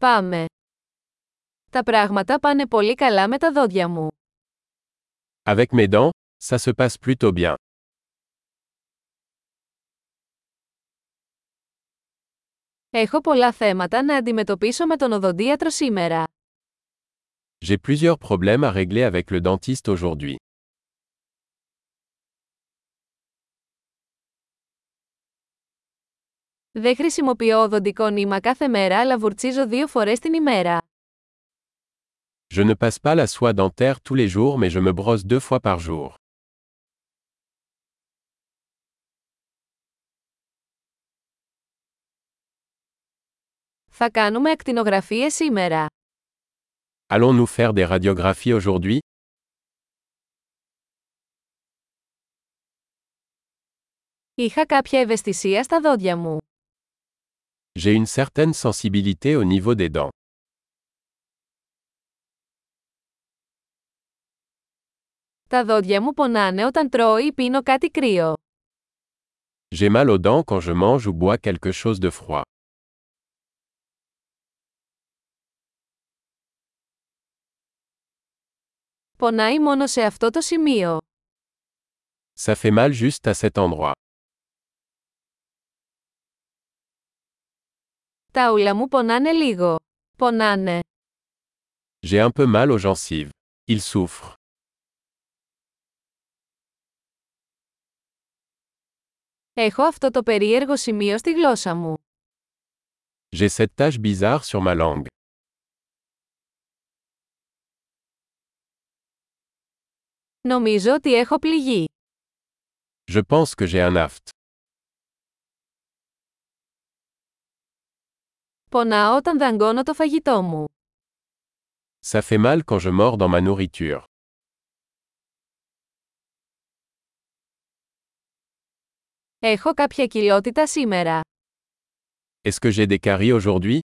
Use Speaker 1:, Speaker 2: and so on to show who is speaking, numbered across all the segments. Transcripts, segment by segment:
Speaker 1: Πάμε. Τα πράγματα πάνε πολύ καλά με τα δόντια μου.
Speaker 2: Avec mes dents, ça se passe plutôt bien.
Speaker 1: Έχω πολλά θέματα να αντιμετωπίσω με τον οδοντίατρο σήμερα.
Speaker 2: J'ai plusieurs problèmes à régler avec le dentiste aujourd'hui.
Speaker 1: Δεν χρησιμοποιώ οδοντικό νήμα κάθε μέρα αλλά βουρτσίζω δύο φορές την ημέρα.
Speaker 2: Je ne passe pas la soie dentaire tous les jours mais je me brosse deux fois par jour.
Speaker 1: Θα κάνουμε ακτινογραφίες σήμερα.
Speaker 2: Allons-nous faire des radiographies aujourd'hui
Speaker 1: Είχα κάποια ευαισθησία στα δόντια μου.
Speaker 2: J'ai une certaine sensibilité au niveau des dents.
Speaker 1: Τα δόντια μου πονάνε όταν τρώω ή πίνω κάτι κρύο.
Speaker 2: J'ai mal aux dents quand je mange ou bois quelque chose de froid.
Speaker 1: Πονάει μόνο σε αυτό το σημείο.
Speaker 2: Ça fait mal juste à cet endroit.
Speaker 1: Τα ούλα μου πονάνε λίγο. Πονάνε.
Speaker 2: J'ai un peu mal aux gencives. Il souffre.
Speaker 1: Έχω αυτό το περίεργο σημείο στη γλώσσα μου.
Speaker 2: J'ai cette tache bizarre sur ma langue.
Speaker 1: Νομίζω ότι έχω πληγεί.
Speaker 2: Je pense que j'ai un aft.
Speaker 1: Πονάω όταν δαγκώνω το φαγητό μου.
Speaker 2: Ça fait mal quand je mords dans ma nourriture.
Speaker 1: Έχω κάποια κοιλιότητα σήμερα.
Speaker 2: Est-ce que j'ai des caries aujourd'hui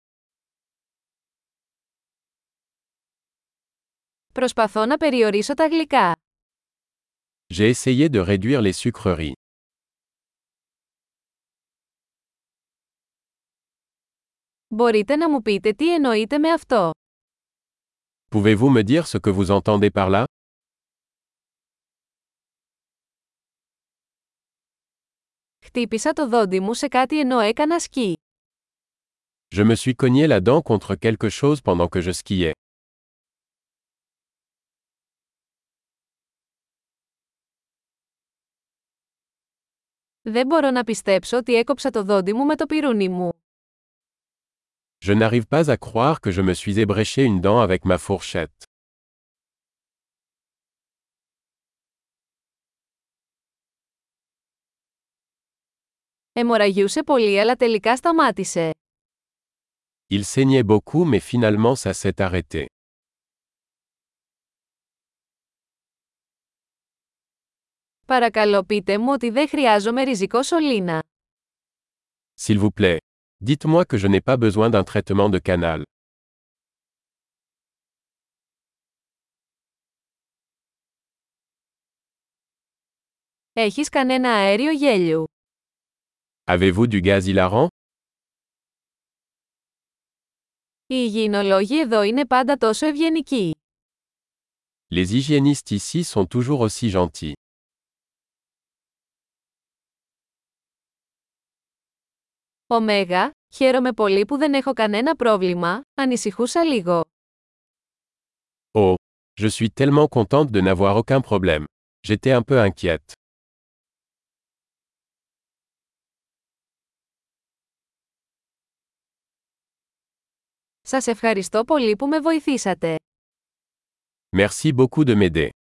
Speaker 1: Προσπαθώ να περιορίσω τα γλυκά.
Speaker 2: J'ai essayé de réduire les sucreries.
Speaker 1: Μπορείτε να μου πείτε τι εννοείτε με αυτό.
Speaker 2: Pouvez-vous me dire ce que vous entendez par là
Speaker 1: Χτύπησα το δόντι μου σε κάτι ενώ έκανα σκι.
Speaker 2: Je me suis cogné la dent contre quelque chose pendant que je skiais.
Speaker 1: Δεν μπορώ να πιστέψω ότι έκοψα το δόντι μου με το πυρούνι μου.
Speaker 2: Je n'arrive pas à croire que je me suis ébréché une dent avec ma fourchette.
Speaker 1: Εμοραγιούσε πολύ αλλά τελικά σταμάτησε.
Speaker 2: Il saignait beaucoup mais finalement ça s'est arrêté.
Speaker 1: Παρακαλώ πείτε μου ότι δεν χρειάζομαι ριζικό σωλήνα.
Speaker 2: S'il vous plaît. Dites-moi que je n'ai pas besoin d'un traitement de canal.
Speaker 1: Έχεις κανένα αέριο γέλιου.
Speaker 2: Avez-vous du gaz hilarant
Speaker 1: Οι υγιεινολόγοι εδώ είναι πάντα τόσο ευγενικοί.
Speaker 2: Les hygiénistes ici sont toujours aussi gentils.
Speaker 1: Ωμέγα, χαίρομαι πολύ που δεν έχω κανένα πρόβλημα, ανησυχούσα λίγο.
Speaker 2: Oh, je suis tellement contente de n'avoir aucun problème. J'étais un peu inquiète.
Speaker 1: Σας ευχαριστώ πολύ που με βοηθήσατε.
Speaker 2: Merci beaucoup de m'aider.